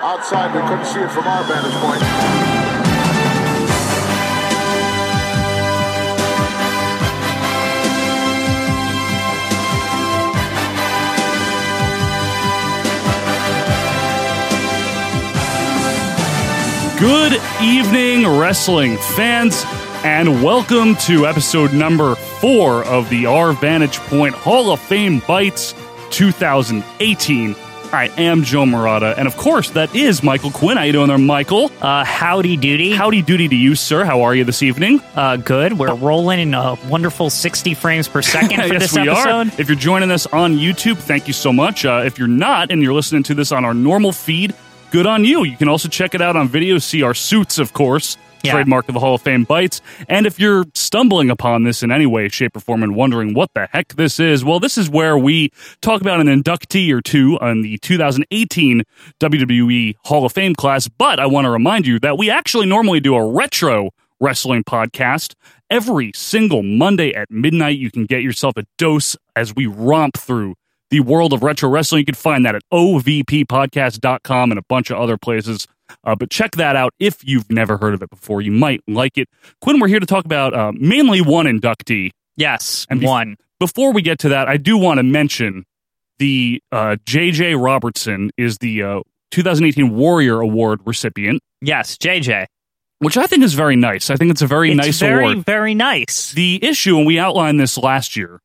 Outside, we couldn't see it from our vantage point. Good evening, wrestling fans, and welcome to episode number four of the Our Vantage Point Hall of Fame Bites 2018. I am Joe Morata, and of course, that is Michael Quinn. How you doing there, Michael? Uh, howdy doody. Howdy doody to you, sir. How are you this evening? uh, good. We're rolling in a wonderful 60 frames per second for this episode. If you're joining us on YouTube, thank you so much. Uh, if you're not and you're listening to this on our normal feed, good on you. You can also check it out on video, see our suits, of course, Yeah. trademark of the Hall of Fame Bites. And if you're stumbling upon this in any way, shape, or form and wondering what the heck this is, well, this is where we talk about an inductee or two on the 2018 WWE E Hall of Fame class. But I want to remind you that we actually normally do a retro wrestling podcast every single Monday at midnight. You can get yourself a dose as we romp through the world of retro wrestling. You can find that at ovppodcast.com and a bunch of other places. Uh, but check that out if you've never heard of it before. You might like it. Quinn, we're here to talk about uh, mainly one inductee. Yes, And bef- one. Before we get to that, I do want to mention the uh, J.J. Robertson is the uh, 2018 Warrior Award recipient, Yes, JJ. which I think is very nice. I think it's a very it's nice very, award. very nice. The issue, and we outlined this last year,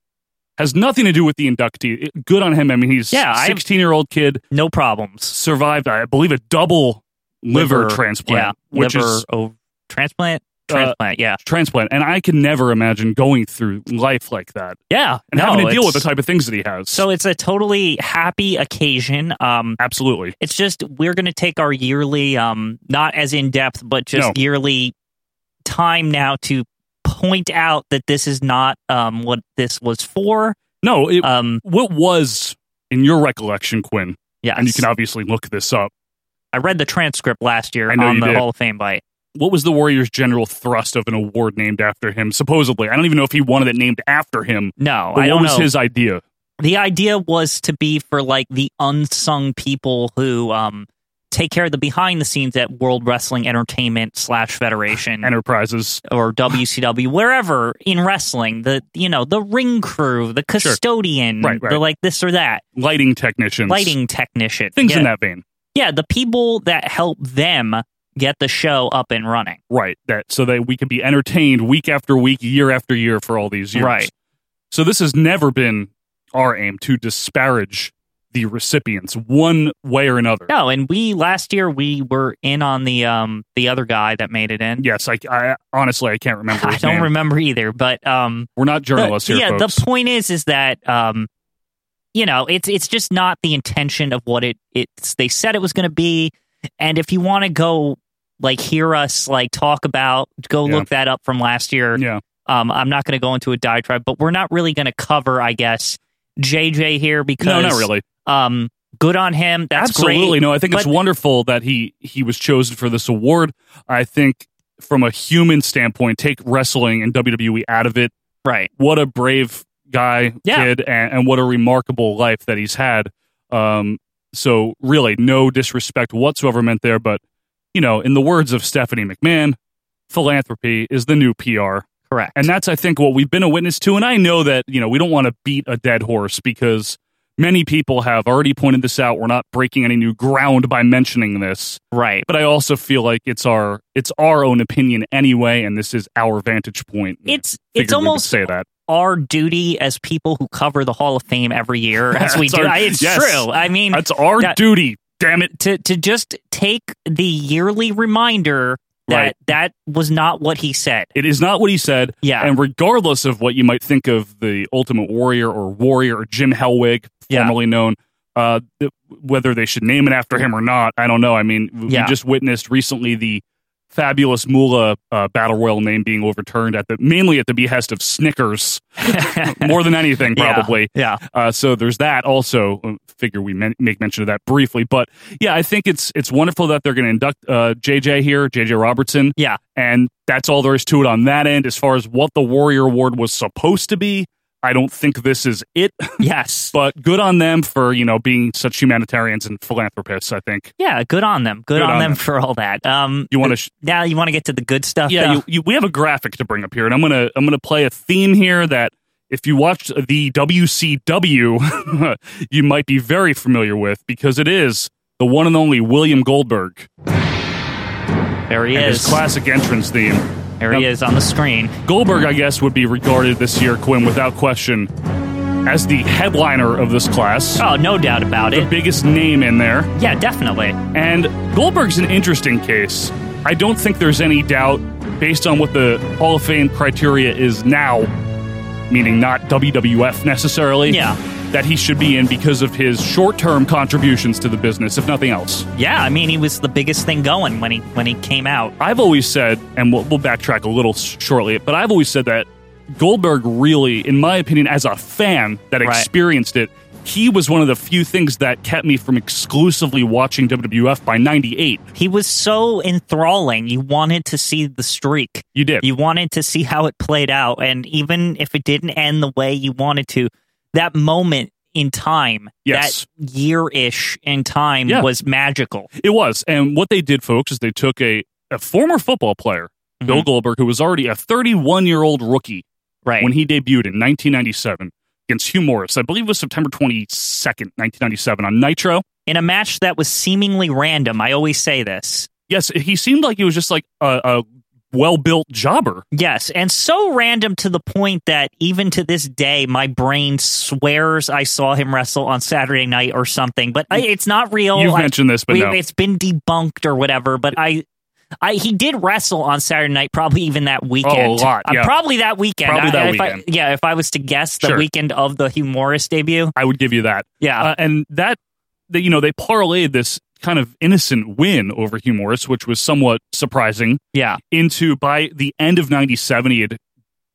has nothing to do with the inductee. It- Good on him. I mean, he's Yeah, I- 16 year old kid No problems. survived, I believe, a double liver, transplant, Yeah, which liver is oh, transplant. Uh, Transplant. yeah. transplant. And I can never imagine going through life like that Yeah. and having to deal with the it's- type of things that he has. So it's a totally happy occasion. Um, absolutely, it's just we're going to take our yearly, um, not as in depth, but just No. yearly time now to point out that this is not um, what this was for. no. It, Um, what was in your recollection, Quinn? yes. And you can obviously look this up. I read the transcript last year I know on you the did. Hall of Fame bite. What was the Warriors' general thrust of an award named after him? Supposedly, I don't even know if he wanted it named after him. No, But Oh, I what don't was know. his idea? the idea was to be for like the unsung people who um take care of the behind the scenes at World Wrestling Entertainment slash Federation Enterprises. or WCW, wherever in wrestling, the you know the ring crew, the custodian, Right, right. the like this or that, lighting technicians, lighting technician, things yeah, in that vein. yeah, the people that help them get the show up and running. Right. That so that we can be entertained week after week, year after year for all these years. Right. So this has never been our aim to disparage the recipients one way or another. No, and we last year we were in on the um the other guy that made it in. Yes, I, I honestly I can't remember. I his don't name. remember either, but um, We're not the- journalists here, yeah. folks. The point is, is that um, you know, it's it's just not the intention of what it it's they said it was going to be, and if you want to go like hear us like talk about, go Yeah. look that up from last year. yeah. Um, I'm not going to go into a diatribe, but we're not really going to cover, I guess, JJ here because No, not really. Um, good on him. That's Absolutely. great. No, I think it's But- wonderful that he he was chosen for this award. I think from a human standpoint, take wrestling and WWE out of it. Right. what a brave guy Yeah. kid and, and what a remarkable life that he's had um so really no disrespect whatsoever meant there but you know in the words of stephanie mcmahon philanthropy is the new pr Correct. and that's i think what we've been a witness to and i know that you know we don't want to beat a dead horse because many people have already pointed this out we're not breaking any new ground by mentioning this right. but i also feel like it's our it's our own opinion anyway and this is our vantage point It's Figured it's we would almost say that our duty as people who cover the Hall of Fame every year, as we It's do. our- I- it's yes. true. I mean, That's our That- duty. Damn it. to to just take the yearly reminder that Right. that was not what he said. It is not what he said. Yeah. And regardless of what you might think of the Ultimate Warrior or Warrior or Jim Hellwig, Yeah. formerly known, uh, th- whether they should name it after him or not, I don't know. I mean, w- Yeah. we just witnessed recently the fabulous Moolah uh, Battle Royal name being overturned at the mainly at the behest of Snickers more than anything Yeah. probably. yeah. Uh, so there's that also. Uh, Figure we men- make mention of that briefly, but yeah, I think it's it's wonderful that they're going to induct uh, JJ here, JJ Robertson. Yeah. and that's all there is to it on that end. As far as what the Warrior Award was supposed to be, I don't think this is it, Yes. but good on them for, you know, being such humanitarians and philanthropists, I think. yeah, good on them. Good, Good on, on them, them. for all that. Um, You want to sh- now you want to get to the good stuff. yeah, though? you, you, we have a graphic to bring up here, and I'm gonna I'm gonna play a theme here that if you watched the WCW, you might be very familiar with because it is the one and only William Goldberg there he and is. his classic entrance theme. there he is on the screen. Goldberg, I guess, would be regarded this year, Quinn, without question, as the headliner of this class, Oh, no doubt about the it. biggest name in there. Yeah, definitely. And Goldberg's an interesting case. I don't think there's any doubt, based on what the Hall of Fame criteria is now, meaning not WWF necessarily, Yeah. that he should be in because of his short term contributions to the business, if nothing else. Yeah, I mean, he was the biggest thing going when he when he came out. I've always said, and we'll, we'll backtrack a little sh- shortly, but I've always said that Goldberg really, in my opinion, as a fan that Right. experienced it, he was one of the few things that kept me from exclusively watching WWF by 98. He was so enthralling. You wanted to see the streak. You did. You wanted to see how it played out, and even if it didn't end the way you wanted to, that moment in time, Yes. that year ish in time, Yeah. was magical. It was. And what they did, folks, is they took a, a former football player, Mm-hmm. Bill Goldberg, who was already a 31 year old rookie Right. when he debuted in 1997 against Hugh Morris. I believe it was September 22nd, 1997, on Nitro. in a match that was seemingly random. I always say this. Yes, he seemed like he was just like a, a well built jobber. Yes, and so random to the point that even to this day, my brain swears I saw him wrestle on Saturday night or something. But I, it's not real. You've Oh, I- mentioned this, but we- no. it's been debunked or whatever. But I, I he did wrestle on Saturday night, probably even that weekend. Oh, lot, Uh, yeah. probably that weekend. Probably I- that if I- weekend. yeah, if I was to guess, the Sure. weekend of the humorous debut. I would give you that. Yeah, Uh, and that, that, you know, they parlayed this kind of innocent win over Hugh Morris, which was somewhat surprising. yeah, into by the end of '97, he had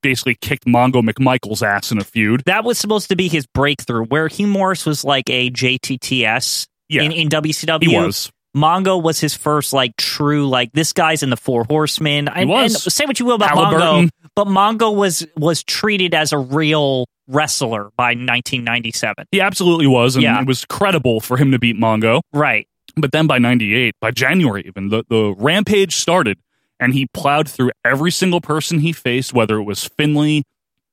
basically kicked Mongo McMichael's ass in a feud. that was supposed to be his breakthrough, where Hugh Morris was like a JTTS. Yeah. In, in WCW, He was. Mongo was his first like true like this guy's in the Four Horsemen. And, was. and say what you will about Halliburton. Mongo, but Mongo was was treated as a real wrestler by 1997. He absolutely was, and Yeah. it was credible for him to beat Mongo. Right. But then by '98, by January even, the, the rampage started, and he plowed through every single person he faced, whether it was Finley,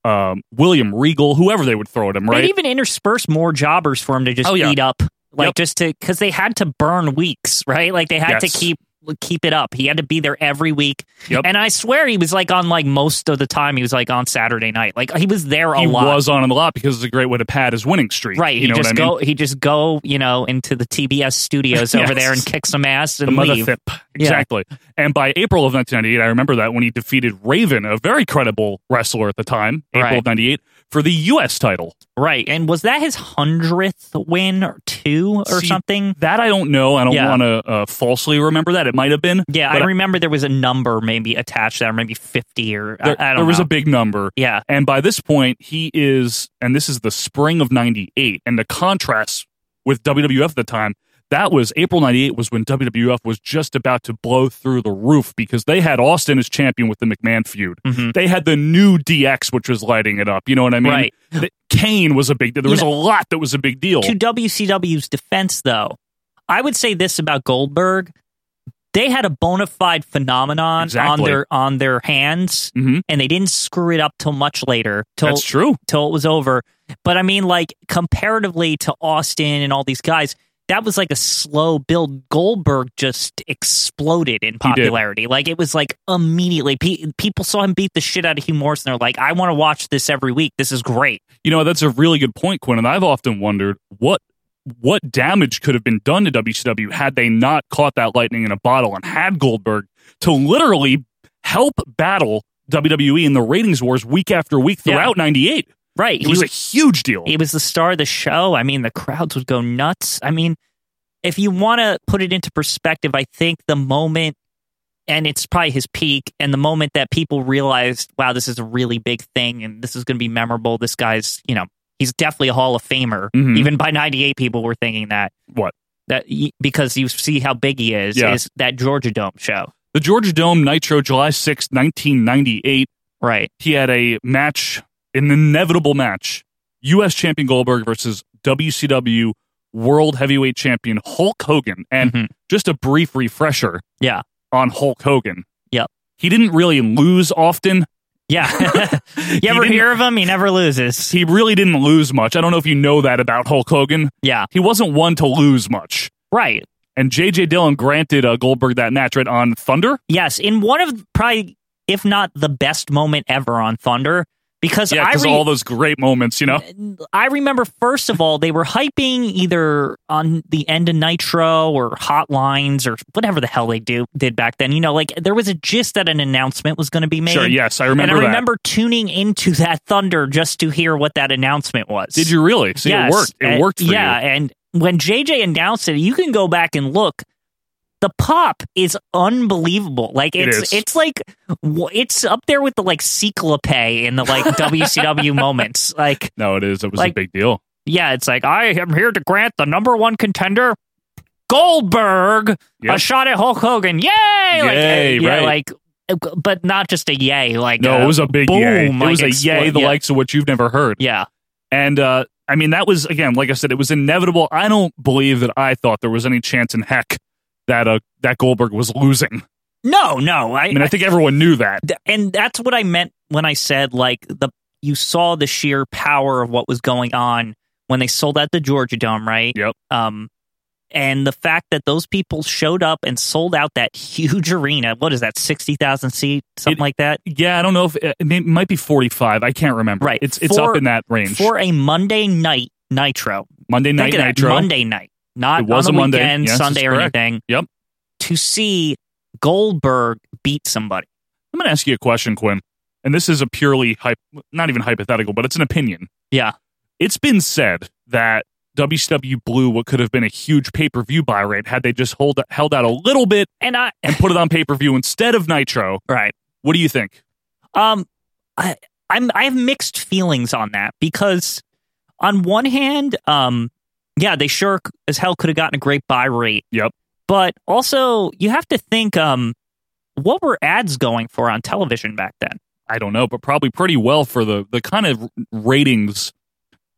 um, William Regal, whoever they would throw at him. Right? They'd even intersperse more jobbers for him to just Oh, yeah. eat up, like Yep. just to because they had to burn weeks, right? Like they had Yes. to keep keep it up. He had to be there every week. Yep. And I swear he was like on like most of the time he was like on Saturday night. Like he was there a he lot. was on him a lot because it's a great way to pad his winning streak. Right, You he know just what I mean? go. He just go, you know, into the TBS studios Yes. over there and kick some ass the and mother leave. thip. Exactly. And by April of 1998, I remember that when he defeated Raven, a very credible wrestler at the time, April Right. of 98, for the U.S. title. Right, and was that his hundredth win or two or See, something? That I don't know. I don't Yeah. want to uh, falsely remember that. It might have been. Yeah, but I remember there was a number maybe attached to that, or maybe fifty or I- There, I, don't there was know. a big number. yeah, And by this point, he is, and this is the spring of 98. And the contrast with WWF at the time, that was April 98 was when WWF was just about to blow through the roof because they had Austin as champion with the McMahon feud. Mhm. They had the new DX, which was lighting it up. You know what I mean? Right. The- Kane was a big deal. There was a lot that was a big deal. To WCW's defense, though, I would say this about Goldberg: they had a bona fide phenomenon on Exactly. their on their hands, Mhm. and they didn't screw it up till much later. Till That's true. till it was over. But I mean, like comparatively to Austin and all these guys, that was like a slow build. Goldberg just exploded in popularity. Like it was like immediately pe- people saw him beat the shit out of Hugh Morris, and they're like, "I want to watch this every week. This is great." You know, that's a really good point, Quinn. And I've often wondered what what damage could have been done to WCW had they not caught that lightning in a bottle and had Goldberg to literally help battle WWE in the ratings wars week after week Yeah. throughout 98. Right? It was a huge deal. it was the star of the show. I mean, the crowds would go nuts. I mean, if you want to put it into perspective, I think the moment, and it's probably his peak, and the moment that people realized, wow, this is a really big thing and this is going to be memorable. This guy's, you know, he's definitely a Hall of Famer. Mhm. Even by 98, people were thinking that. What? That y- because you see how big he is, Yeah. is that Georgia Dome show. The Georgia Dome Nitro July sixth, 1998. Right. He had a match an inevitable match U.S. champion Goldberg versus WCW World Heavyweight Champion Hulk Hogan. And Mhm. just a brief refresher Yeah. on Hulk Hogan. Yep. He didn't really lose often. Yeah. you ever didn't- hear of him? He never loses. He really didn't lose much. I don't know if you know that about Hulk Hogan. Yeah. He wasn't one to lose much. Right. And J.J. Dillon granted uh, Goldberg that match right on Thunder. Yes. In one of probably, if not the best moment ever on Thunder, because Yeah, I because re- all those great moments, you know? I remember first of all they were hyping either on the end of Nitro or Hotlines or whatever the hell they do did back then. You know, like there was a gist that an announcement was going to be made. Sure, yes, I remember and I that. remember tuning into that thunder just to hear what that announcement was. Did you really? See, Yes, it worked. It and- worked for yeah, you. and when JJ announced it, you can go back and look. The pop is unbelievable. Like It it's is. it's like w- it's up there with the like Cyclope in the like WCW moments. Like No, it is. It was a Like- big deal. yeah, it's like I am here to grant the number one contender Goldberg Yep. a shot at Hulk Hogan. Yay! like, Yay, uh, yeah, right. like, uh, but not just a yay. Like No, uh, it was a big boom, yay. It like, was a yay, explo- the yeah, likes of which you've never heard. Yeah, And uh, I mean, that was again, like I said, it was inevitable. I don't believe that I thought there was any chance in heck that uh, that Goldberg was losing. no, no. I, I mean, I think everyone knew that. th- and that's what I meant when I said like the you saw the sheer power of what was going on when they sold out the Georgia Dome, right? Yep. Um, and the fact that those people showed up and sold out that huge arena. What is that? Sixty thousand seat, something It- like that. Yeah, I don't know if uh, it, may might be forty five. I can't remember. Right. It's it's For- up in that range. for a Monday night Nitro. Monday night Think of that, Nitro. Monday night, not It was on a the Monday. weekend, Yes, Sunday that's or correct. anything. Yep. To see Goldberg beat somebody. I'm going to ask you a question, Quinn, and this is a purely hype, not even hypothetical, but it's an opinion. Yeah. It's been said that WCW blew what could have been a huge pay per view buy rate had they just hold held out a little bit And I and put it on pay per view instead of Nitro. right. What do you think? Um, I, I'm I have mixed feelings on that because on one hand, um, yeah, they sure c- as hell could have gotten a great buy rate. Yep. But also, you have to think, um, what were ads going for on television back then? I don't know, but probably pretty well for the the kind of ratings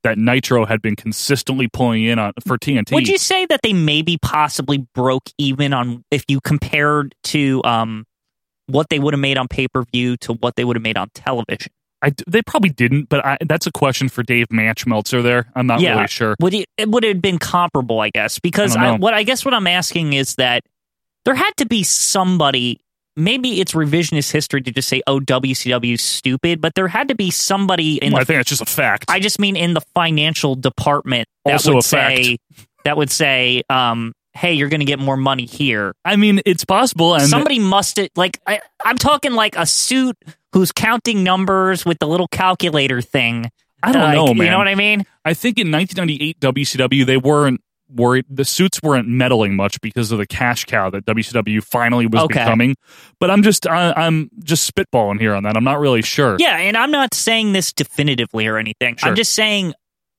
that Nitro had been consistently pulling in on for TNT. Would you say that they maybe possibly broke even on if you compared to um what they would have made on pay per view to what they would have made on television? I d they probably didn't, but I, that's a question for Dave Manch Meltzer. There, I'm not Yeah. really sure. Would it, it would have been comparable, I guess, because I don't I, know. what I guess what I'm asking is that there had to be somebody. Maybe it's revisionist history to just say, "Oh, WCW stupid," but there had to be somebody in Well, I the think that's just a fact. I just mean in the financial department that Also would a fact. say that would say, um, "Hey, you're going to get more money here." I mean, it's possible. And somebody must like I, I'm talking like a suit who's counting numbers with the little calculator thing. I don't Like, know, You man. know what I mean? I think in 1998 WCW they weren't worried. The suits weren't meddling much because of the cash cow that WCW finally was Okay. becoming. But I'm just I, I'm just spitballing here on that. I'm not really sure. Yeah, and I'm not saying this definitively or anything. Sure. I'm just saying,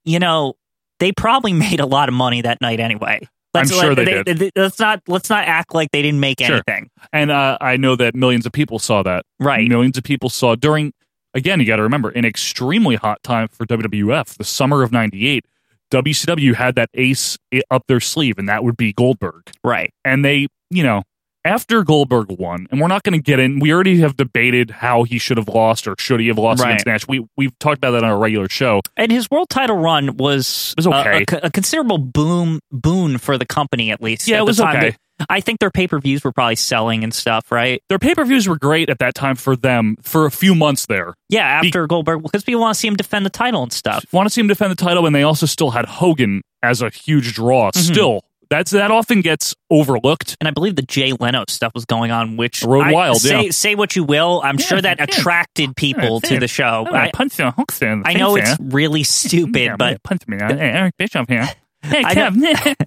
you know, they probably made a lot of money that night anyway. Let's, I'm sure let- they did. let's not let's not act like they didn't make Sure. anything. And uh, I know that millions of people saw that. Right. Millions of people saw during. Again, you got to remember an extremely hot time for WWF. The summer of '98, WCW had that ace i- up their sleeve, and that would be Goldberg. Right. and they, you know, after Goldberg won, and we're not going to get in. We already have debated how he should have lost or should he have lost Right. against Nash. We we've talked about that on our regular show. And his world title run was, It was a- okay. a, co- a considerable boom boon for the company at least. Yeah, it at the was time. okay. I think their pay per views were probably selling and stuff, right? Their pay per views were great at that time for them for a few months there. Yeah, after Goldberg, because people want to see him defend the title and stuff. Want to see him defend the title, and they also still had Hogan as a huge draw. Mm-hmm. Still, that's that often gets overlooked. And I believe the Jay Leno stuff was going on, which Road I- Wild, Say, yeah. say what you will, I'm sure that yeah. attracted people Yeah, to the show. Oh, I, punch you, Hulk fan. I know it's really stupid, but punch me, Eric Bischoff here. I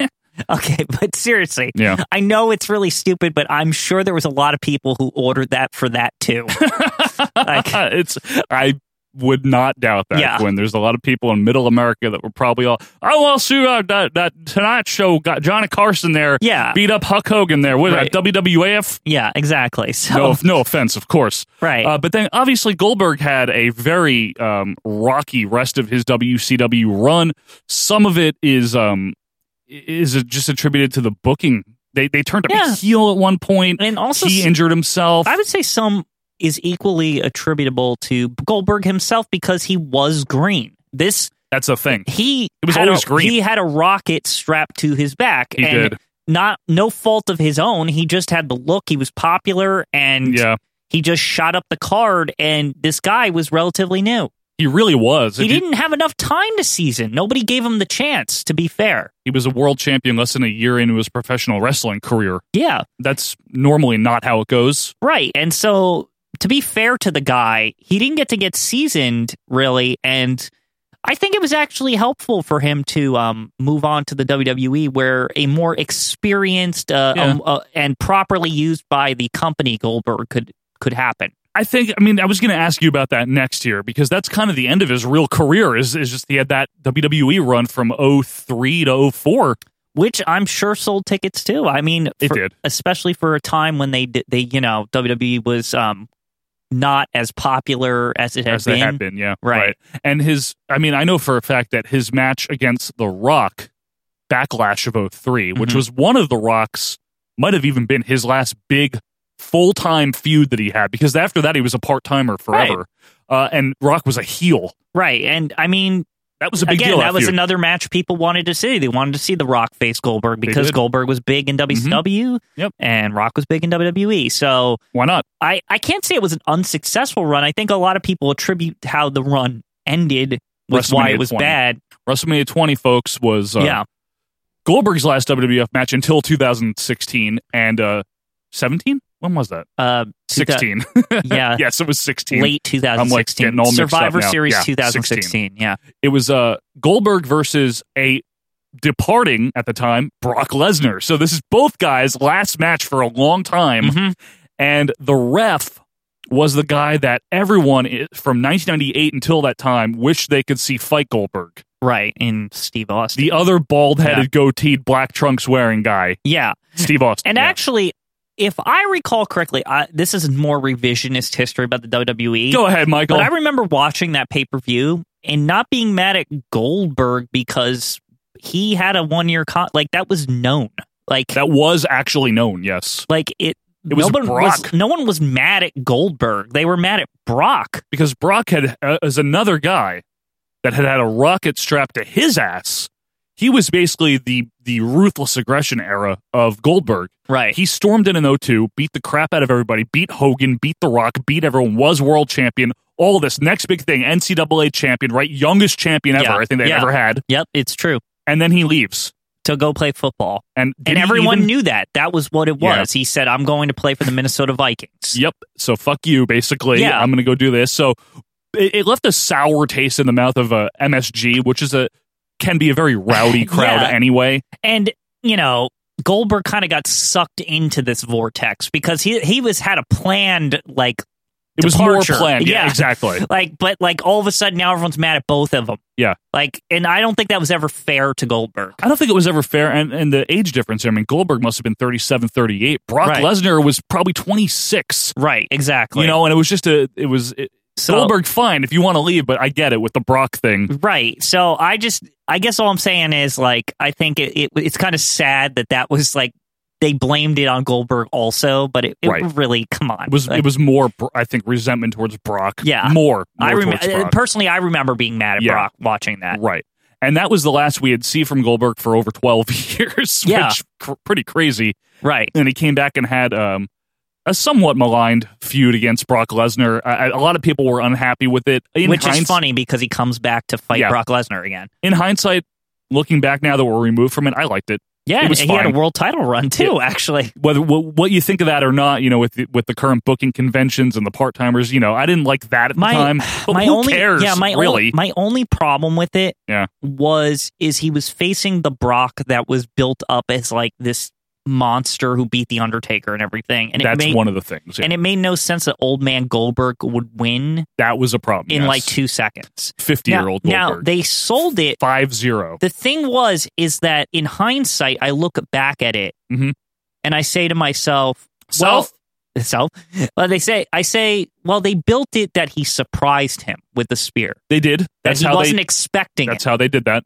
okay, but seriously, yeah. I know it's really stupid, but I'm sure there was a lot of people who ordered that for that too. like, it's I would not doubt that, Yeah. Quinn. There's a lot of people in Middle America that were probably all, oh, well, see, uh, that, that Tonight Show got Johnny Carson there, Yeah. beat up Huck Hogan there. What, Right. uh, WWF? yeah, exactly. So No, no offense, of course. Right. Uh, but then obviously Goldberg had a very um, rocky rest of his WCW run. Some of it is um, is just attributed to the booking. They they turned him Yeah. a heel at one point. and also he injured himself. I would say some is equally attributable to Goldberg himself because he was green. This That's a thing. he It was had always a, green. He had a rocket strapped to his back. He and did. Not no fault of his own. He just had the look. He was popular, and Yeah, he just shot up the card. And this guy was relatively new. he really was. He If you- didn't have enough time to season. Nobody gave him the chance. To be fair, he was a world champion less than a year into his professional wrestling career. yeah, That's normally not how it goes. right. And so, to be fair to the guy, he didn't get to get seasoned really, and. I think it was actually helpful for him to um, move on to the WWE, where a more experienced uh, Yeah. um, uh, and properly used by the company Goldberg could could happen. I think. I mean, I was going to ask you about that next year because that's kind of the end of his real career. Is is just he had that WWE run from 03 to 04. Which I'm sure sold tickets too. I mean, It for- did. especially for a time when they did, they you know WWE was um, not as popular as it had as been. they had been. Yeah, Right. And his, I mean, I know for a fact that his match against The Rock, Backlash of 3 which Mhm. was one of The Rock's, might have even been his last big full time feud that he had because after that he was a part timer forever, uh, and Rock was a heel. Right, and I mean, That was a big again, deal. that was feud. another match people wanted to see. They wanted to see The Rock face Goldberg They because did. Mm-hmm. Goldberg was big in WCW, Yep. and Rock was big in WWE. So Why not? I, I can't say it was an unsuccessful run. I think a lot of people attribute how the run ended with why WrestleMania it was 20. bad. WrestleMania 20, folks, was uh, yeah, Goldberg's last WWF match until 2016 and uh, 17. When was that? uh, two thou- uh, 16. yeah, yes, it was 16. late I'm, like, 2016, getting all mixed up Survivor now. Series Yeah, 2016. Yeah, it was uh, Goldberg versus a departing at the time Brock Lesnar. So this is both guys' last match for a long time, Mhm. and the ref was the guy that everyone i- from 1998 until that time wished they could see fight Goldberg, right. In Steve Austin. the other bald-headed, goateed, black trunks wearing guy, yeah, Steve Austin. And Yeah. actually, if I recall correctly, I, this is more revisionist history about the E. WWE. go ahead, Michael. but I remember watching that pay per view and not being mad at Goldberg because he had a one year con. Like that was known. Like that was actually known. Yes, like it. It was no one Brock. was no one was mad at Goldberg. They were mad at Brock. because Brock had uh, is another guy that had had a rocket strapped to his ass. He was basically the the ruthless aggression era of Goldberg. Right. He stormed in in 02, beat the crap out of everybody, beat Hogan, beat The Rock, beat everyone, was world champion. All this next big thing, NCAA champion, right? Youngest champion ever, Yeah. I think they've Yeah. ever had. yep, it's true. And then he leaves. To go play football. And, did And he everyone even- knew that. That was what it Yeah. was. He said, I'm going to play for the Minnesota Vikings. Yep. So fuck you, basically. Yeah. I'm going to go do this. So it, it left a sour taste in the mouth of uh, MSG, which is a can be a very rowdy crowd Yeah. anyway. and you know Goldberg kind of got sucked into this vortex because he he was had a planned like It was Departure. more planned. Yeah, Yeah. exactly. like but like all of a sudden now everyone's mad at both of them. Yeah. Like and I don't think that was ever fair to Goldberg. I don't think it was ever fair. And, and the age difference, I mean, Goldberg must have been 37, 38. Brock Right. Lesnar was probably 26, Right, exactly. you know, and it was just a, it was it, So- Goldberg, fine if you want to leave, but I get it with the Brock thing. Right. So I just I guess all I'm saying is like I think it, it it's kind of sad that that was like they blamed it on Goldberg also, but it, it Right. really come on. It was, Like, it was more, Bro- I think, resentment towards Brock. Yeah. More. I more remember towards Brock. personally I remember being mad at Yeah. Brock watching that. Right. And that was the last we had seen from Goldberg for over 12 years, Yeah. which cr- pretty crazy. Right. And he came back and had um, a somewhat maligned feud against Brock Lesnar. I, I- a lot of people were unhappy with it. In which hindsight- is funny because he comes back to fight Yeah. Brock Lesnar again. In hindsight, looking back now that we're removed from it, I liked it. Yeah, It was and he had fine. a world title run too. Actually, Whether wh- what you think of that or not, you know, with the, with the current booking conventions and the part timers, you know, I didn't like that at my the time. But my who only cares? yeah my really. only, my only problem with it Yeah. was is he was facing the Brock that was built up as like this monster who beat the Undertaker and everything. And That's it made, one of the things. yeah. and it made no sense that Old Man Goldberg would win that was a problem. in yes. like two seconds. fifty year old now, now Goldberg. they sold it Five zero. the thing was is that in hindsight i look back at it Mhm. and i say to myself well Self? self well they say i say well they built it that he surprised him with the spear They did. That's that he how wasn't they. expecting That's it how they did that.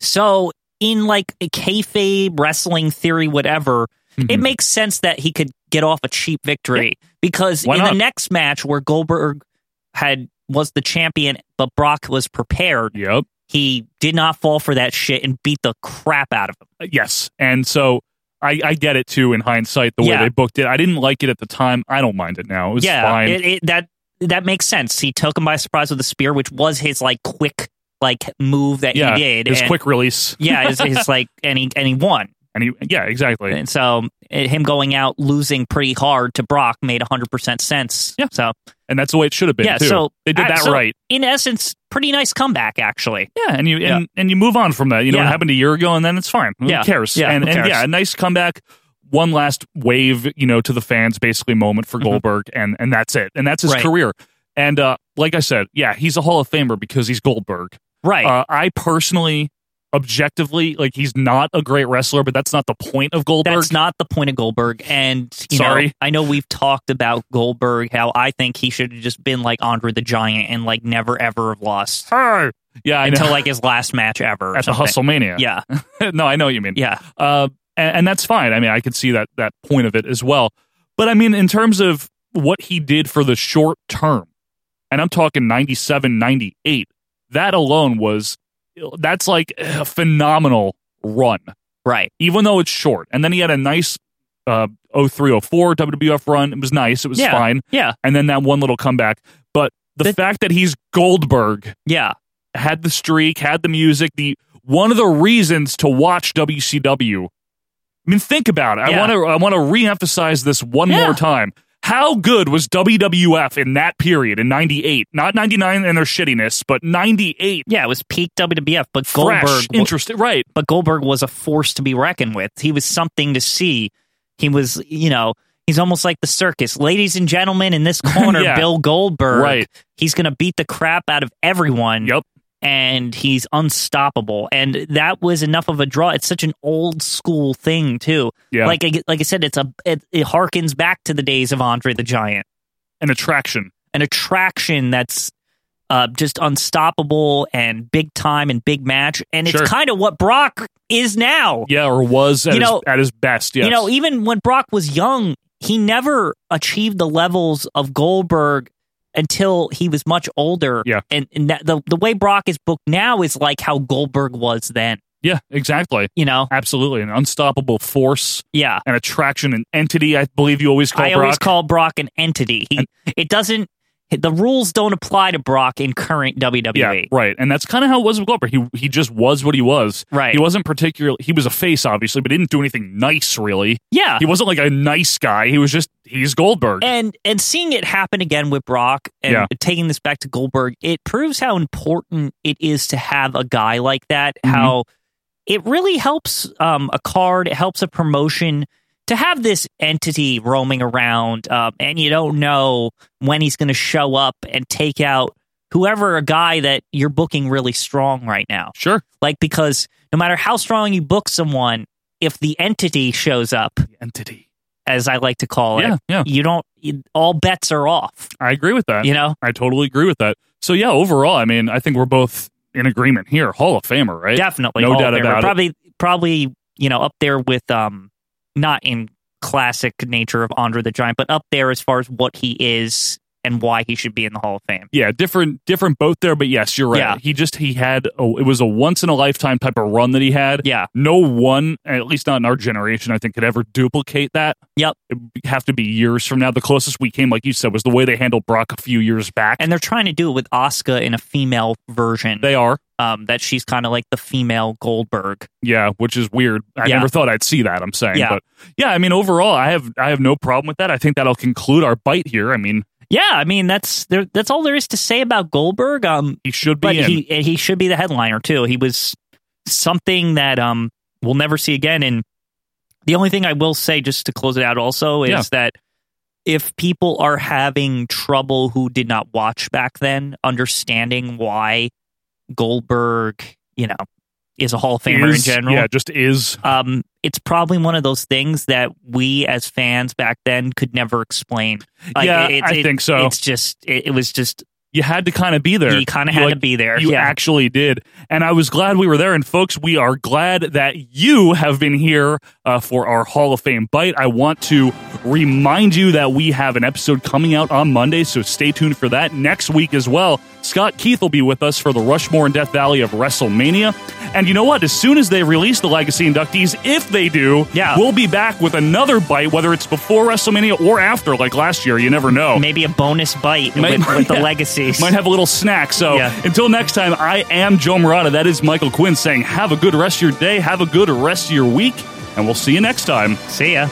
so in like a kayfabe wrestling theory whatever it Mhm. makes sense that he could get off a cheap victory because Why in not? the next match where goldberg had was the champion but brock was prepared Yep. he did not fall for that shit and beat the crap out of him Yes. And so I, I get it too in hindsight the way Yeah. they booked it. I didn't like it at the time. I don't mind it now. It was yeah, fine. It, it, that that makes sense. He took him by surprise with a spear, which was his like quick like move that yeah. he did. It's and- quick release. yeah, his, his like and he and he won. And he, yeah, exactly. And so eh, him going out losing pretty hard to Brock made hundred percent sense. Yeah. So and that's the way it should have been yeah, too. so they did I- that so right. in essence, pretty nice comeback actually. Yeah, and you and, Yeah. and you move on from that. You know, it Yeah. happened a year ago, and then it's fine. Who Yeah. cares? Yeah, and, who and cares? yeah, a nice comeback, one last wave, you know, to the fans, basically moment for Mhm. Goldberg, and and that's it, and that's his Right. career. And uh, like I said, yeah, he's a Hall of Famer because he's Goldberg. Right. Uh, I personally, objectively, like he's not a great wrestler, but that's not the point of Goldberg. That's not the point of Goldberg. And you know, Sorry. I know we've talked about Goldberg, how I think he should have just been like Andre the Giant and like never ever have lost Hey! Yeah, I know. until like his last match ever. or at the something. Hustlemania. Yeah. no, I know what you mean. Yeah. uh, and, and that's fine. I mean, I could see that that point of it as well. But I mean, in terms of what he did for the short term, and I'm talking 97, 98, that alone was that's like a phenomenal run, Right. even though it's short. And then he had a nice uh, 03, 04 WWF run. It was nice. It was Yeah. fine. Yeah. And then that one little comeback. But the That- fact that he's Goldberg Yeah. had the streak, had the music, the one of the reasons to watch WCW. I mean, think about it. Yeah. I want to I want to reemphasize this one Yeah. more time. How good was WWF in that period in 98? Not 99 and their shittiness, but 98. Yeah. It was peak WWF, but Fresh, Goldberg. interesting, right. But Goldberg was a force to be reckoned with. He was something to see. He was, you know, he's almost like the circus. Ladies and gentlemen, in this corner, Yeah. Bill Goldberg. Right. He's going to beat the crap out of everyone. Yep. And he's unstoppable. And that was enough of a draw. It's such an old school thing, too. Yeah. Like, I, like I said, it's a it, it harkens back to the days of Andre the Giant. An attraction. an attraction that's uh, just unstoppable and big time and big match. And it's Sure. kind of what Brock is now. Yeah, or was at, You his, know- at his best. Yes. You know, even when Brock was young, he never achieved the levels of Goldberg until he was much older. Yeah. And, and that, the, the way Brock is booked now is like how Goldberg was then, yeah, exactly. you know? Absolutely. An unstoppable force, Yeah. an attraction, an entity, I believe you always call I Brock. always call Brock an entity. He, it doesn't, the rules don't apply to Brock in current E. WWE. Yeah, right. And that's kind of how it was with Goldberg. He he just was what he was. Right. He wasn't particularly. He was a face, obviously, but he didn't do anything nice, really. Yeah. He wasn't like a nice guy. He was just he's Goldberg. Uh-huh. and and seeing it happen again with Brock and Yeah. taking this back to Goldberg, it proves how important it is to have a guy like that. Mhm. How it really helps um, a card, it helps a promotion to have this entity roaming around, um, and you don't know when he's going to show up and take out whoever a guy that you're booking really strong right now. sure. Like because no matter how strong you book someone, if the entity shows up, The entity. as I like to call it, Yeah, yeah. you don't you- all bets are off I agree with that. you know I totally agree with that. So yeah, overall, I mean, I think we're both in agreement here. Hall of Famer, right? definitely no all doubt there. about it. probably probably you know up there with um not in classic nature of andre the giant but up there as far as what he is and why he should be in the hall of fame Yeah, different, different boat there, but yes, you're right. Yeah. He just he had a, it was a once in a lifetime type of run that he had. yeah No one, at least not in our generation, I think could ever duplicate that. Yep. It would have to be years from now. The closest we came, like you said, was the way they handled Brock a few years back. and they're trying to do it with Asuka in a female version they are. um that she's kind of like the female goldberg Yeah, which is weird. I Yeah. never thought I'd see that, I'm saying. Yeah. But yeah, I mean overall I have I have no problem with that. I think that'll conclude our bite here. I mean, yeah i mean that's there that's all there is to say about goldberg um he should be but in he and he should be the headliner too. He was something that um we'll never see again in The only thing I will say, just to close it out, also is Yeah. that if people are having trouble who did not watch back then, understanding why Goldberg, you know, is a Hall of Famer Is- in general, Yeah, just is. um, it's probably one of those things that we as fans back then could never explain. Yeah, I think so. It's just it, it was just You had to kind of be there. you kind of had like, to be there. You yeah. actually did. And I was glad we were there. And folks, we are glad that you have been here uh, for our Hall of Fame bite. I want to remind you that we have an episode coming out on Monday, so stay tuned for that next week as well. Scott Keith will be with us for the Rushmore and Death Valley of WrestleMania. And you know what? As soon as they release the legacy inductees, if they do, Yeah. we'll be back with another bite, whether it's before WrestleMania or after, like last year. You never know. Maybe a bonus bite Might- with, with yeah. the legacies. Might have a little snack. So Yeah. until next time, I am Joe Morata. That is Michael Quinn saying, have a good rest of your day, have a good rest of your week, and we'll see you next time. See ya.